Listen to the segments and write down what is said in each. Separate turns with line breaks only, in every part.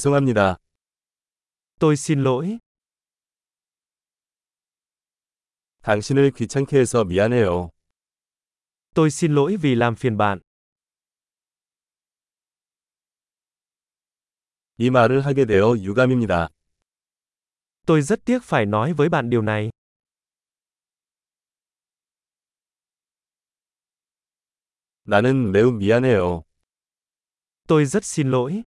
죄송합니다.
Tôi xin lỗi.
당신을 귀찮게 해서 미안해요.
Tôi xin lỗi vì làm phiền bạn.
이 말을 하게 되어 유감입니다.
Tôi rất tiếc phải nói với bạn điều này.
나는 매우 미안해요.
Tôi rất xin lỗi.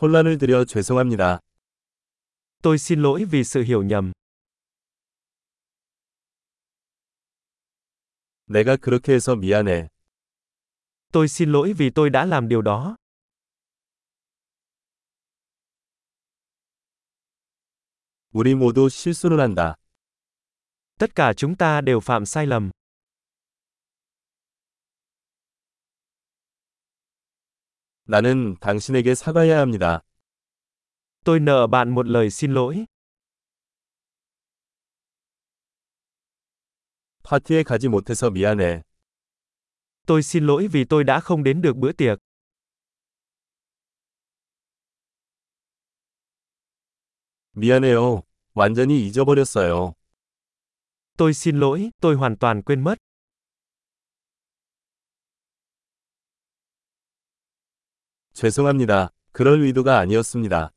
혼란을 드려 죄송합니다.
Tôi xin lỗi vì sự hiểu nhầm.
내가 그렇게 해서 미안해.
Tôi xin lỗi vì tôi đã làm điều đó.
우리 모두 실수를 한다.
Tất cả chúng ta đều phạm sai lầm.
나는 당신에게 사과해야 합니다.
Tôi nợ bạn một lời xin lỗi.
파티에 가지 못해서 미안해.
Tôi xin lỗi vì tôi đã không đến được bữa tiệc.
미안해요. 완전히 잊어버렸어요.
Tôi xin lỗi, tôi hoàn toàn quên mất.
죄송합니다. 그럴 의도가 아니었습니다.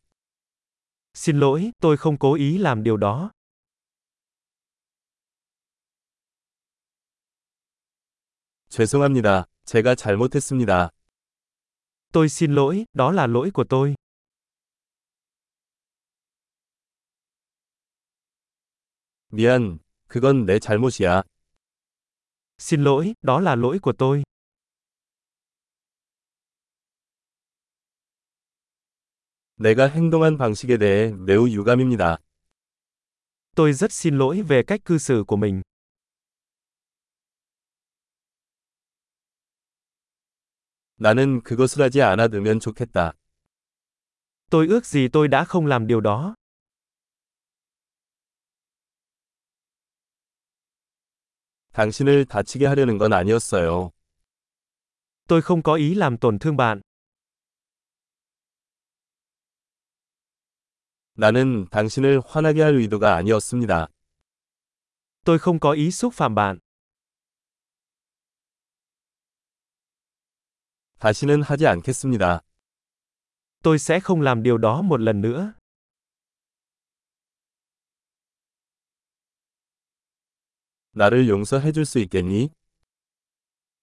Xin lỗi, tôi không cố ý làm điều đó.
죄송합니다. 제가 잘못했습니다.
Tôi xin lỗi, đó là lỗi của tôi.
미안. 그건 내 잘못이야.
Xin lỗi, đó là lỗi của tôi.
내가 행동한 방식에 대해 매우 유감입니다.
Tôi rất xin lỗi về cách cư xử của mình.
나는 그것을 하지 않아두면 좋겠다.
Tôi ước gì tôi đã không làm điều đó.
당신을 다치게 하려는 건 아니었어요.
Tôi không có ý làm tổn thương bạn.
나는 당신을 화나게 할 의도가 아니었습니다.
Tôi không có ý xúc phạm bạn.
다시는 하지 않겠습니다.
Tôi sẽ không làm điều đó một lần nữa.
나를 용서해 줄 수 있겠니?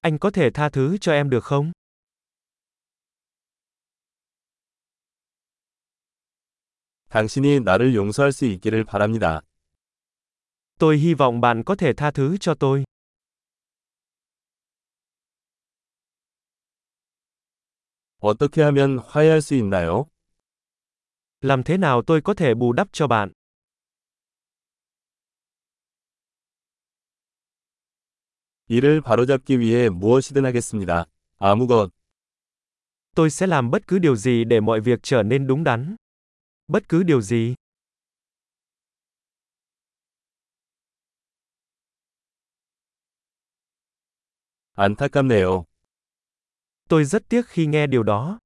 Anh có thể tha thứ cho em được không?
당신이 나를 용서할 수 있기를 바랍니다.
Tôi hy vọng bạn có thể tha thứ cho tôi.
어떻게 하면 화해할 수 있나요?
Làm thế nào tôi có thể bù đắp cho bạn?
이를 바로잡기 위해 무엇이든 하겠습니다. 아무것.
Tôi sẽ làm bất cứ điều gì để mọi việc trở nên đúng đắn. Bất cứ điều gì.
안타깝네요.
Tôi rất tiếc khi nghe điều đó.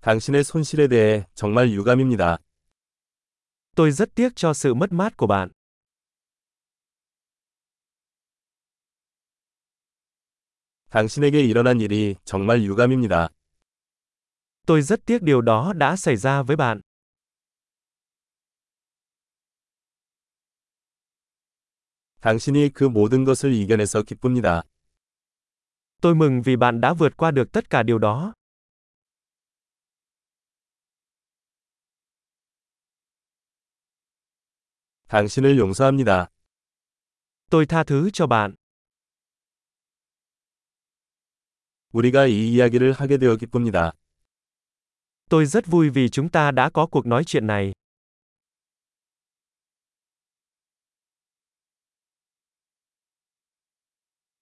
당신의 손실에 대해 정말 유감입니다.
Tôi rất tiếc cho sự mất mát của bạn.
당신에게 일어난 일이 정말 유감입니다.
Tôi rất tiếc điều đó đã xảy ra với bạn.
당신이 그 모든 것을 이겨내서 기쁩니다.
Tôi mừng vì bạn đã vượt qua được tất cả điều đó.
당신을 용서합니다.
Tôi tha thứ cho bạn.
우리가 이 이야기를 하게 되어 기쁩니다.
Tôi rất vui vì chúng ta đã có cuộc nói chuyện này.